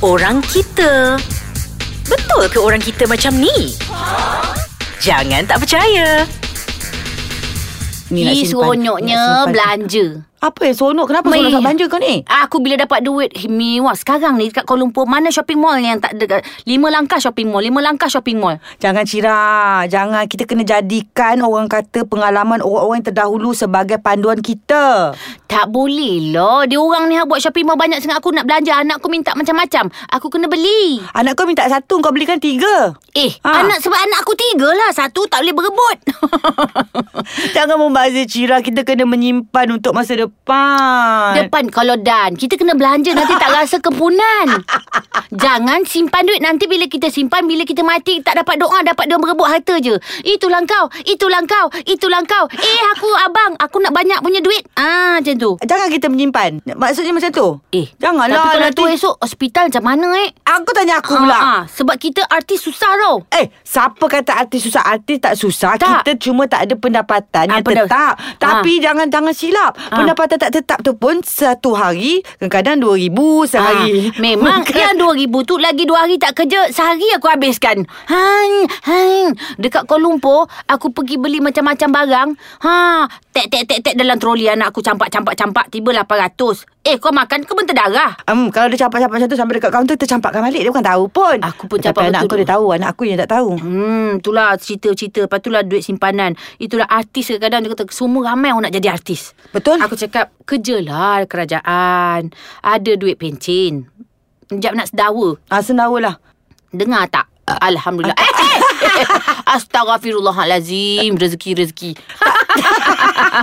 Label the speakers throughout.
Speaker 1: orang kita. Betul ke orang kita macam ni? Jangan tak percaya.
Speaker 2: Ni nak
Speaker 3: Ih,
Speaker 2: simpan. Nak
Speaker 3: seronoknya
Speaker 2: simpan.
Speaker 3: belanja.
Speaker 2: Apa yang seronok? Kenapa
Speaker 3: Mei.
Speaker 2: seronok kat belanja kau ni?
Speaker 3: Aku bila dapat duit eh, mewah sekarang ni dekat Kuala Lumpur mana shopping mall yang tak ada lima langkah shopping mall, lima langkah shopping mall.
Speaker 2: Jangan Cira Jangan kita kena jadikan Orang kata pengalaman Orang-orang yang terdahulu Sebagai panduan kita
Speaker 3: Tak boleh lah. Dia orang ni ha, buat shopping mall banyak sangat aku nak belanja. Anak aku minta macam-macam. Aku kena beli.
Speaker 2: Anak kau minta satu Kau belikan tiga
Speaker 3: Eh,
Speaker 2: Ha.
Speaker 3: ha. anak sebab anak aku tiga lah. Satu tak boleh berebut.
Speaker 2: Jangan membazir Cira Kita kena menyimpan Untuk masa depan
Speaker 3: Depan kalau dan Kita kena belanja Nanti tak rasa kempunan Jangan simpan duit Nanti bila kita simpan Bila kita mati Tak dapat doa Dapat dia berebut harta je Itulah kau Itulah kau Itulah kau Eh aku abang Aku nak banyak punya duit Ah macam tu
Speaker 2: Jangan kita menyimpan Maksudnya macam tu
Speaker 3: Eh
Speaker 2: Janganlah
Speaker 3: Tapi kalau
Speaker 2: nanti
Speaker 3: tu esok Hospital macam mana eh
Speaker 2: Aku tanya aku pula
Speaker 3: ah, Sebab kita artis susah tau
Speaker 2: Eh, siapa kata artis susah? Artis tak susah.
Speaker 3: Tak.
Speaker 2: Kita cuma tak ada pendapatan
Speaker 3: Ah,
Speaker 2: yang
Speaker 3: pendapat-
Speaker 2: tetap. Tapi jangan jangan silap. Pendapatan tak tetap tu pun satu hari, kadang-kadang dua ribu sehari. Kan?
Speaker 3: Ah, memang
Speaker 2: Bukan.
Speaker 3: yang RM2,000 tu lagi dua hari tak kerja, sehari aku habiskan. Hang, hang. Dekat Kuala Lumpur, aku pergi beli macam-macam barang. Ha, tek tek tek tek dalam troli anak aku campak-campak-campak tiba RM800. Eh, kau makan ke bentar darah?
Speaker 2: Um, kalau dia campak-campak macam tu sampai dekat kaunter tercampakkan balik dia bukan tahu pun.
Speaker 3: Aku pun campak
Speaker 2: Tapi anak
Speaker 3: betul
Speaker 2: aku
Speaker 3: tu.
Speaker 2: dia tahu, anak aku yang tak tahu.
Speaker 3: Hmm, itulah cerita-cerita. Lepas itulah duit simpanan. Itulah artis kadang-kadang dia kata, semua ramai orang nak jadi artis.
Speaker 2: Betul?
Speaker 3: Aku cakap, kerjalah kerajaan. Ada duit pencen. Sekejap nak sedawa.
Speaker 2: ah, senawa lah.
Speaker 3: Dengar tak? Alhamdulillah. Eh, eh, eh. Astagfirullahalazim. Rezeki, rezeki.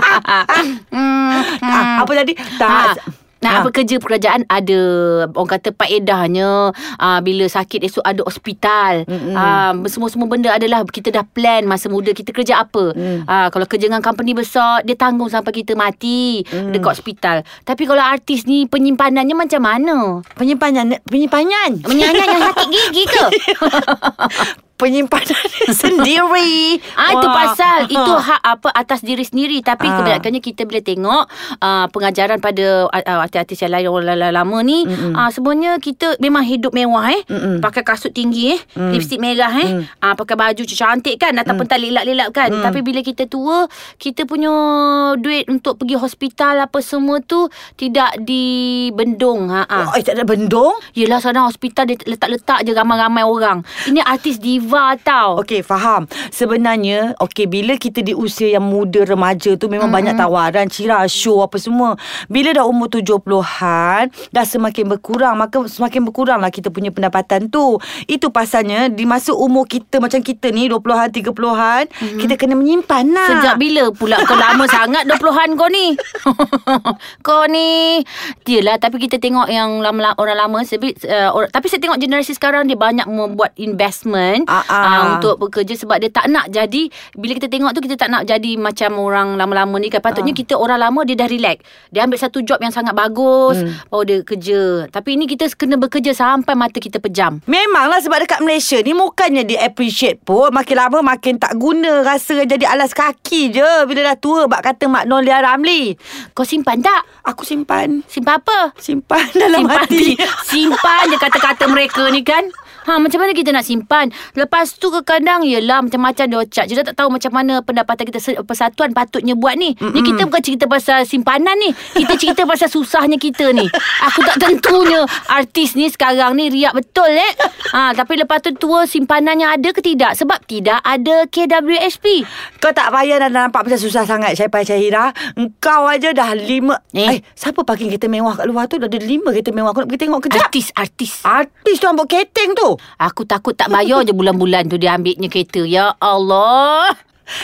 Speaker 3: hmm,
Speaker 2: Ah, apa tadi?
Speaker 3: Ha.
Speaker 2: Tak. Ah.
Speaker 3: Nah, apa kerja pekerjaan ada orang kata faedahnya uh, bila sakit esok ada hospital. Uh, semua-semua benda adalah kita dah plan masa muda kita kerja apa. Mm. Uh, kalau kerja dengan company besar dia tanggung sampai kita mati mm. dekat hospital. Tapi kalau artis ni penyimpanannya macam mana?
Speaker 2: Penyimpanan penyimpanan.
Speaker 3: Menyanyi yang sakit gigi ke?
Speaker 2: penyimpanan sendiri.
Speaker 3: Ah itu
Speaker 2: Wah.
Speaker 3: pasal itu hak apa atas diri sendiri
Speaker 2: Ah.
Speaker 3: tapi ah. kebanyakannya kita bila tengok uh, pengajaran pada uh, artis-artis yang lain orang lala- lama ni uh, semuanya kita memang hidup mewah eh Mm-mm. pakai kasut tinggi eh mm. lipstik merah eh mm. uh, pakai baju cantik kan datang mm. pentas lelak-lelak kan mm. tapi bila kita tua kita punya duit untuk pergi hospital apa semua tu tidak dibendung ha ah.
Speaker 2: Oh, eh, tak ada bendung.
Speaker 3: Yelah sana hospital dia letak-letak je ramai-ramai orang. Ini artis diva tau.
Speaker 2: Okey, faham. Sebenarnya, okey, bila kita di usia yang muda, remaja tu memang mm-hmm. banyak tawaran, cira, show apa semua. Bila dah umur 70-an, dah semakin berkurang. Maka semakin berkuranglah kita punya pendapatan tu. Itu pasalnya, di masa umur kita macam kita ni, 20-an, 30-an, mm-hmm. kita kena menyimpan lah.
Speaker 3: Sejak bila pula kau lama sangat 20-an kau ni? kau ni. Yelah tapi kita tengok yang lama orang lama sebi, uh, or, tapi saya tengok generasi sekarang dia banyak membuat investment
Speaker 2: Ah, ah.
Speaker 3: uh, untuk bekerja sebab dia tak nak jadi bila kita tengok tu kita tak nak jadi macam orang lama-lama ni kan. Patutnya
Speaker 2: Ah.
Speaker 3: kita orang lama dia dah relax. Dia ambil satu job yang sangat bagus hmm. baru dia kerja. Tapi ini kita kena bekerja sampai mata kita pejam.
Speaker 2: Memanglah sebab dekat Malaysia ni Bukannya dia appreciate pun Makin lama makin tak guna Rasa jadi alas kaki je Bila dah tua Bak kata Mak Nolia Ramli
Speaker 3: Kau simpan tak?
Speaker 2: Aku simpan
Speaker 3: Simpan apa?
Speaker 2: Simpan dalam
Speaker 3: simpan
Speaker 2: hati
Speaker 3: di- Simpan je kata-kata mereka ni kan Ha macam mana kita nak simpan Lepas tu kadang Yelah macam-macam dia ocak Kita tak tahu macam mana Pendapatan kita se- Persatuan patutnya buat ni Ni kita bukan cerita pasal simpanan ni Kita cerita pasal susahnya kita ni Aku tak tentunya Artis ni sekarang ni Riak betul eh ha, Tapi lepas tu tua Simpanannya ada ke tidak Sebab tidak ada KWSP
Speaker 2: Kau tak payah dah nampak macam susah sangat Syaifan Syahira Engkau aja dah lima eh.
Speaker 3: Eh.
Speaker 2: eh siapa parking kereta mewah kat luar tu Dah ada lima kereta mewah Aku nak pergi tengok kejap
Speaker 3: Artis-artis
Speaker 2: Artis tu ambuk keteng tu
Speaker 3: Aku takut tak bayar je bulan-bulan tu dia ambilnya kereta. Ya Allah.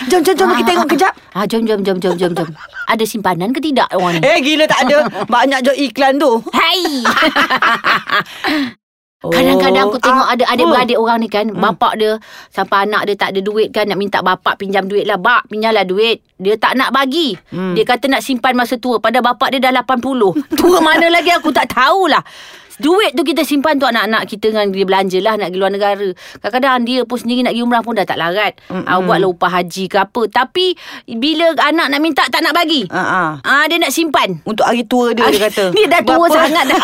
Speaker 2: Jom jom jom pergi tengok kejap
Speaker 3: Ah, jom, jom, jom, jom, jom, jom. Ada simpanan ke tidak orang ni?
Speaker 2: Eh gila tak ada Banyak je iklan tu
Speaker 3: Hai! Oh.
Speaker 2: Oh,
Speaker 3: Kadang-kadang aku tengok
Speaker 2: ah,
Speaker 3: ada adik-beradik orang
Speaker 2: Hmm.
Speaker 3: ni kan. Bapak dia sampai anak dia tak ada duit kan. Nak minta bapak pinjam duit lah. Bak, pinjamlah duit. Dia tak nak bagi.
Speaker 2: Hmm.
Speaker 3: Dia kata nak simpan masa tua. Padahal bapak dia dah 80. Tua mana lagi aku tak tahulah. Duit tu kita simpan tu anak-anak kita dengan dia belanja lah nak pergi luar negara. Kadang-kadang dia pun sendiri nak pergi umrah pun dah tak larat. Ah, buatlah upah haji ke apa. Tapi bila anak nak minta tak nak bagi.
Speaker 2: Ah, ah.
Speaker 3: Ah, dia nak simpan.
Speaker 2: Untuk hari tua dia dia kata
Speaker 3: Dia dah tua
Speaker 2: Berapa-
Speaker 3: sangat dah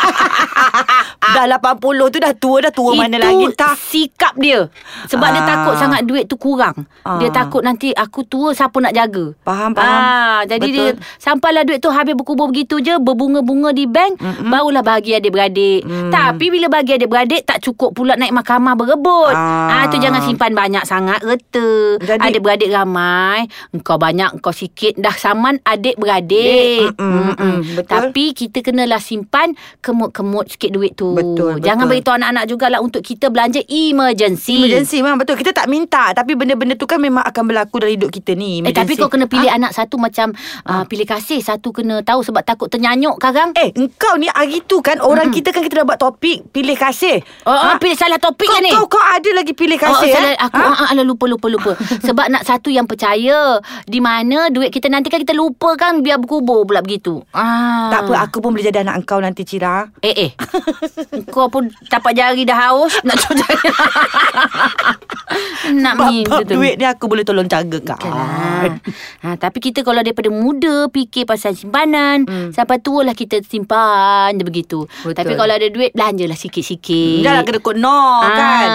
Speaker 2: Dah 80 tu dah tua Dah tua mana lagi Tak
Speaker 3: sikap dia Sebab dia
Speaker 2: Ah.
Speaker 3: takut sangat duit tu kurang Dia
Speaker 2: Ah.
Speaker 3: takut nanti aku tua siapa nak jaga
Speaker 2: Faham, faham.
Speaker 3: Ah, Jadi
Speaker 2: Betul.
Speaker 3: dia Sampailah duit tu habis berkubur begitu je Berbunga-bunga di bank mm Barulah bagi adik-beradik
Speaker 2: Hmm.
Speaker 3: Tapi bila bagi adik-beradik Tak cukup pula naik mahkamah berebut
Speaker 2: Ah.
Speaker 3: ah. Tu jangan simpan banyak sangat Reta
Speaker 2: Jadi-
Speaker 3: Adik-beradik ramai Engkau banyak Engkau sikit Dah saman adik-beradik
Speaker 2: Dek, mm-mm, mm-mm, betul.
Speaker 3: Tapi tapi kita kenalah simpan kemut-kemut sikit duit tu.
Speaker 2: Betul,
Speaker 3: Jangan
Speaker 2: betul.
Speaker 3: beritahu anak-anak jugalah untuk kita belanja emergency.
Speaker 2: Emergency memang betul Kita tak minta Tapi benda-benda tu kan Memang akan berlaku dalam hidup kita ni
Speaker 3: Eh tapi
Speaker 2: emergency.
Speaker 3: kau kena pilih anak satu macam ah. pilih kasih, satu kena tahu sebab takut ternyanyuk sekarang.
Speaker 2: Eh engkau ni hari tu kan Orang mm-hmm. kita kan kita dah buat topik Pilih kasih Ha,
Speaker 3: Oh, oh, pilih salah topik
Speaker 2: ah. kau,
Speaker 3: lah ni.
Speaker 2: kau, kau ada lagi pilih
Speaker 3: Oh,
Speaker 2: kasih
Speaker 3: oh,
Speaker 2: eh?
Speaker 3: salah, aku ha? ah, alah, lupa lupa lupa. Sebab nak satu yang percaya di mana duit kita nanti kan kita lupa kan biar berkubur pula begitu. Ah.
Speaker 2: Tak apa aku pun boleh jadi anak engkau nanti Cira
Speaker 3: Eh eh Kau pun tapak jari dah haus Nak cuci jari Nak minta
Speaker 2: Bab-bab
Speaker 3: tu
Speaker 2: duit ni aku boleh tolong jaga kau
Speaker 3: Kan.
Speaker 2: Ah.
Speaker 3: Ha, tapi kita kalau daripada muda fikir pasal simpanan, hmm. sampai tua lah kita simpan dia begitu.
Speaker 2: Betul.
Speaker 3: Betul. Tapi kalau ada duit belanjalah sikit-sikit.
Speaker 2: Dah lah kena kod no
Speaker 3: Ah.
Speaker 2: kan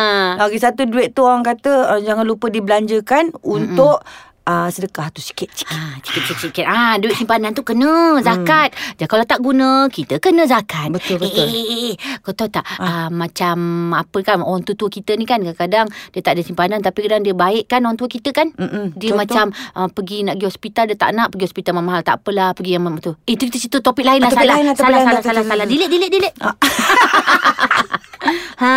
Speaker 2: Lagi satu duit tu orang kata uh, Jangan lupa dibelanjakan Untuk uh, sedekah tu sikit-sikit
Speaker 3: Ha, sikit-sikit. Ah, ha, duit simpanan tu kena zakat. Hmm. Kalau tak guna, kita kena zakat.
Speaker 2: Betul,
Speaker 3: Eh,
Speaker 2: betul. Ah.
Speaker 3: Eh, eh, eh, kau tahu tak ha. uh, macam apa kan orang tua-tua kita ni kan kadang-kadang dia tak ada simpanan tapi kadang dia baik kan orang tua kita kan.
Speaker 2: Mm-mm,
Speaker 3: Dia
Speaker 2: betul,
Speaker 3: macam uh, pergi nak pergi hospital dia tak nak pergi hospital mahal tak apalah pergi yang mahal tu. Eh, itu kita cerita topik lain lah
Speaker 2: Topik
Speaker 3: salah.
Speaker 2: lain lah, topik
Speaker 3: salah
Speaker 2: lain lah, topik
Speaker 3: salah salah
Speaker 2: Ah.
Speaker 3: salah.
Speaker 2: lain.
Speaker 3: Delete delete delete. Ha.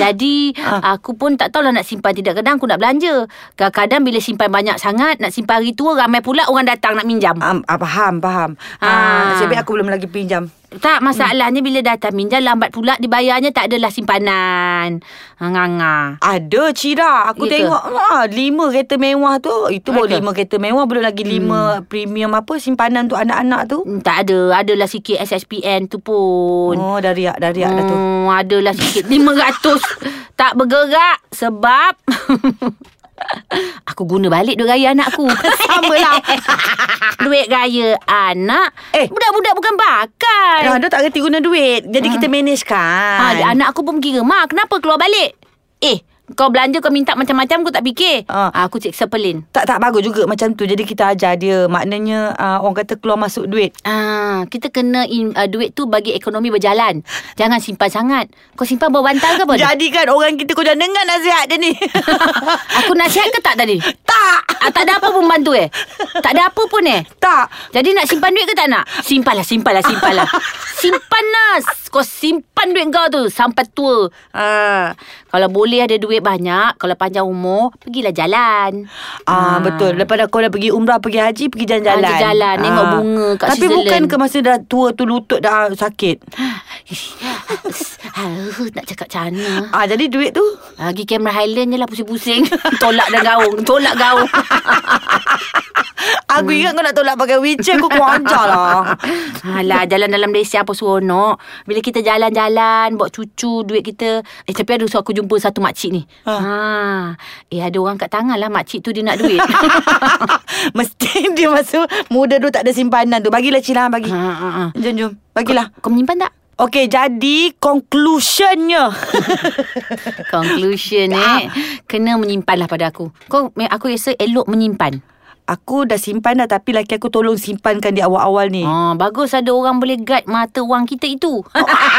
Speaker 3: Jadi
Speaker 2: Ah.
Speaker 3: ha. aku pun tak tahulah nak simpan tidak kadang aku nak belanja. Kadang-kadang bila simpan banyak sangat nak simpan hari tua ramai pula orang datang nak minjam. Ha.
Speaker 2: Um, ah, faham, faham. Ah,
Speaker 3: Ah.
Speaker 2: nasib baik aku belum lagi pinjam.
Speaker 3: Tak masalahnya bila datang minjam lambat pula dibayarnya tak adalah simpanan. Ha, Hanganga.
Speaker 2: Ada Cira Aku
Speaker 3: Ya ke?
Speaker 2: tengok ah, Lima kereta mewah tu Itu baru
Speaker 3: Ya ke?
Speaker 2: lima kereta mewah Belum lagi
Speaker 3: Hmm.
Speaker 2: lima Premium apa Simpanan tu anak-anak tu
Speaker 3: Tak ada, adalah sikit SSPN tu pun.
Speaker 2: Oh dah riak Dah riak dah tu
Speaker 3: Hmm, adalah sikit 500 tak bergerak sebab aku guna balik duit raya anak aku.
Speaker 2: Sama lah.
Speaker 3: duit raya anak.
Speaker 2: Eh.
Speaker 3: Eh. Budak-budak bukan bakal.
Speaker 2: Nah, dia tak kerti guna duit Jadi kita
Speaker 3: Ah.
Speaker 2: manage
Speaker 3: Ha,
Speaker 2: kan
Speaker 3: anak aku pun kira, "Ma, kenapa keluar balik?" Eh, kau belanja kau minta macam-macam kau tak fikir.
Speaker 2: Ah.
Speaker 3: Ha. Aku ciksa pelin.
Speaker 2: tak tak bagus juga macam tu Jadi kita ajar dia Maknanya uh, Orang kata keluar masuk duit
Speaker 3: Ah, kita kena in, uh, duit tu bagi ekonomi berjalan. Jangan simpan sangat. Kau simpan bawah bantal ke apa?
Speaker 2: Jadi kan orang kita Kau jangan dengar nasihat dia ni
Speaker 3: aku nasihat ke tak tadi?
Speaker 2: Tak
Speaker 3: Ah, tak ada apa pun bantu eh. Tak ada apa pun eh.
Speaker 2: Tak
Speaker 3: Jadi nak simpan duit ke tak
Speaker 2: lah,
Speaker 3: nak? Simpanlah, simpanlah, simpanlah. simpan Nas. Kau simpan duit kau tu sampai tua. Ha. Kalau boleh ada duit banyak, kalau panjang umur, pergilah jalan.
Speaker 2: Ah, betul. Lepas dah kau dah pergi umrah, pergi haji, pergi jalan-jalan.
Speaker 3: Ah, jalan-jalan, tengok bunga kat
Speaker 2: Tapi
Speaker 3: Switzerland.
Speaker 2: bukan ke masa dah tua tu lutut dah sakit.
Speaker 3: Aduh, Ah, nak cakap macam mana?
Speaker 2: Ah, jadi duit tu
Speaker 3: Ah, Pergi Cameron Highland je lah pusing-pusing. Tolak dah gaung, tolak gaung.
Speaker 2: aku ingat kau nak tolak pakai wheelchair kau kuancar lah.
Speaker 3: Alah, jalan dalam Malaysia apa seronok. Bila kita jalan-jalan, bawa cucu, duit kita. Eh, tapi ada aku jumpa satu makcik ni. Ha. Eh, ada orang kat tangan lah makcik tu dia nak duit.
Speaker 2: Mesti dia masa muda tu tak ada simpanan tu. Bagilah Cila bagi.
Speaker 3: Ha, ha, ha.
Speaker 2: Jom jom. Bagilah.
Speaker 3: Kau menyimpan tak?
Speaker 2: Okey, jadi conclusionnya.
Speaker 3: Conclusion eh. Kena menyimpanlah pada aku. Kau me- aku rasa elok menyimpan.
Speaker 2: aku dah simpan dah tapi laki aku tolong simpankan di awal-awal ni.
Speaker 3: Ha, bagus ada orang boleh guide mata wang kita itu.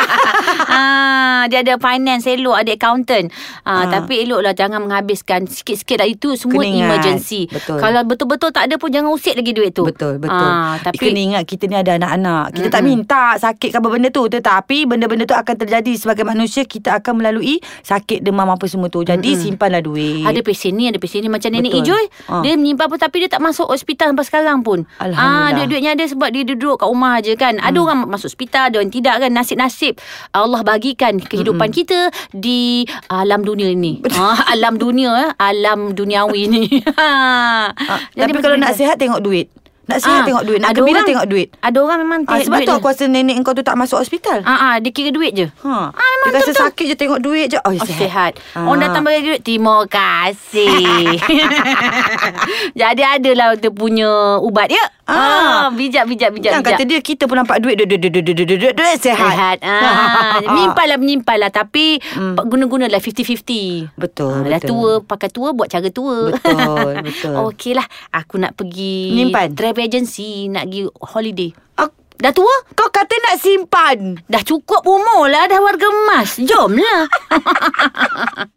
Speaker 3: ha, dia ada finance elok, ada accountant. Ha, tapi eloklah jangan menghabiskan sikit-sikit dah itu
Speaker 2: Ah.
Speaker 3: semua
Speaker 2: Kena ingat.
Speaker 3: emergency.
Speaker 2: Betul.
Speaker 3: Kalau betul-betul tak ada pun jangan usik lagi duit tu.
Speaker 2: Betul, betul.
Speaker 3: Ah,
Speaker 2: tapi
Speaker 3: tapi
Speaker 2: kena ingat kita ni ada anak-anak. Kita mm tak minta sakit ke apa benda tu tetapi benda-benda tu akan terjadi sebagai manusia kita akan melalui sakit demam apa semua tu. Jadi mm simpanlah duit.
Speaker 3: Ada pesen ni, ada pesen ni macam nenek
Speaker 2: Betul.
Speaker 3: Ijoy.
Speaker 2: Ah.
Speaker 3: Dia menyimpan pun tapi dia tak masuk hospital sampai sekarang pun.
Speaker 2: Alhamdulillah. Hmm.
Speaker 3: Ah, dia duitnya ada sebab dia duduk kat rumah aje kan. Ada orang masuk hospital, ada orang tidak kan. Nasib-nasib Allah bagikan kehidupan
Speaker 2: Hmm.
Speaker 3: kita di alam dunia ni. ah, alam dunia, eh. alam duniawi ni. Ah,
Speaker 2: Tapi kalau nak sihat tengok duit. Nak sihat tengok duit, nak
Speaker 3: ada
Speaker 2: gembira
Speaker 3: orang-
Speaker 2: tengok duit.
Speaker 3: Ada orang memang
Speaker 2: Ah,
Speaker 3: tengok
Speaker 2: sebab
Speaker 3: duit
Speaker 2: tu
Speaker 3: dia.
Speaker 2: aku rasa nenek kau tu tak masuk hospital.
Speaker 3: Ah, ah, dia kira duit je.
Speaker 2: Ha.
Speaker 3: Ah, memang memang
Speaker 2: Dia rasa sakit je tengok duit je. Oh,
Speaker 3: Oh,
Speaker 2: sihat.
Speaker 3: sihat. Ah. Orang
Speaker 2: Ah.
Speaker 3: datang bagi duit, terima kasih. Jadi adalah dia punya ubat, ya?
Speaker 2: Ah.
Speaker 3: Ah, bijak, bijak, bijak,
Speaker 2: Jangan
Speaker 3: bijak.
Speaker 2: Kan kata dia kita pun nampak duit duit duit duit duit duit, duit, duit, duit
Speaker 3: Sihat.
Speaker 2: sihat.
Speaker 3: Ah, menyimpanlah, menyimpanlah. Tapi, hmm. guna-gunalah 50-50.
Speaker 2: Betul,
Speaker 3: Ah, Dah
Speaker 2: betul.
Speaker 3: tua, pakai tua, buat cara tua.
Speaker 2: Betul, betul.
Speaker 3: Okey lah. Aku nak pergi...
Speaker 2: Menyimpan?
Speaker 3: Travel agency, nak pergi holiday.
Speaker 2: Ah,
Speaker 3: Dah tua?
Speaker 2: Kau kata nak simpan.
Speaker 3: Dah cukup umur lah, dah warga emas. Jom lah.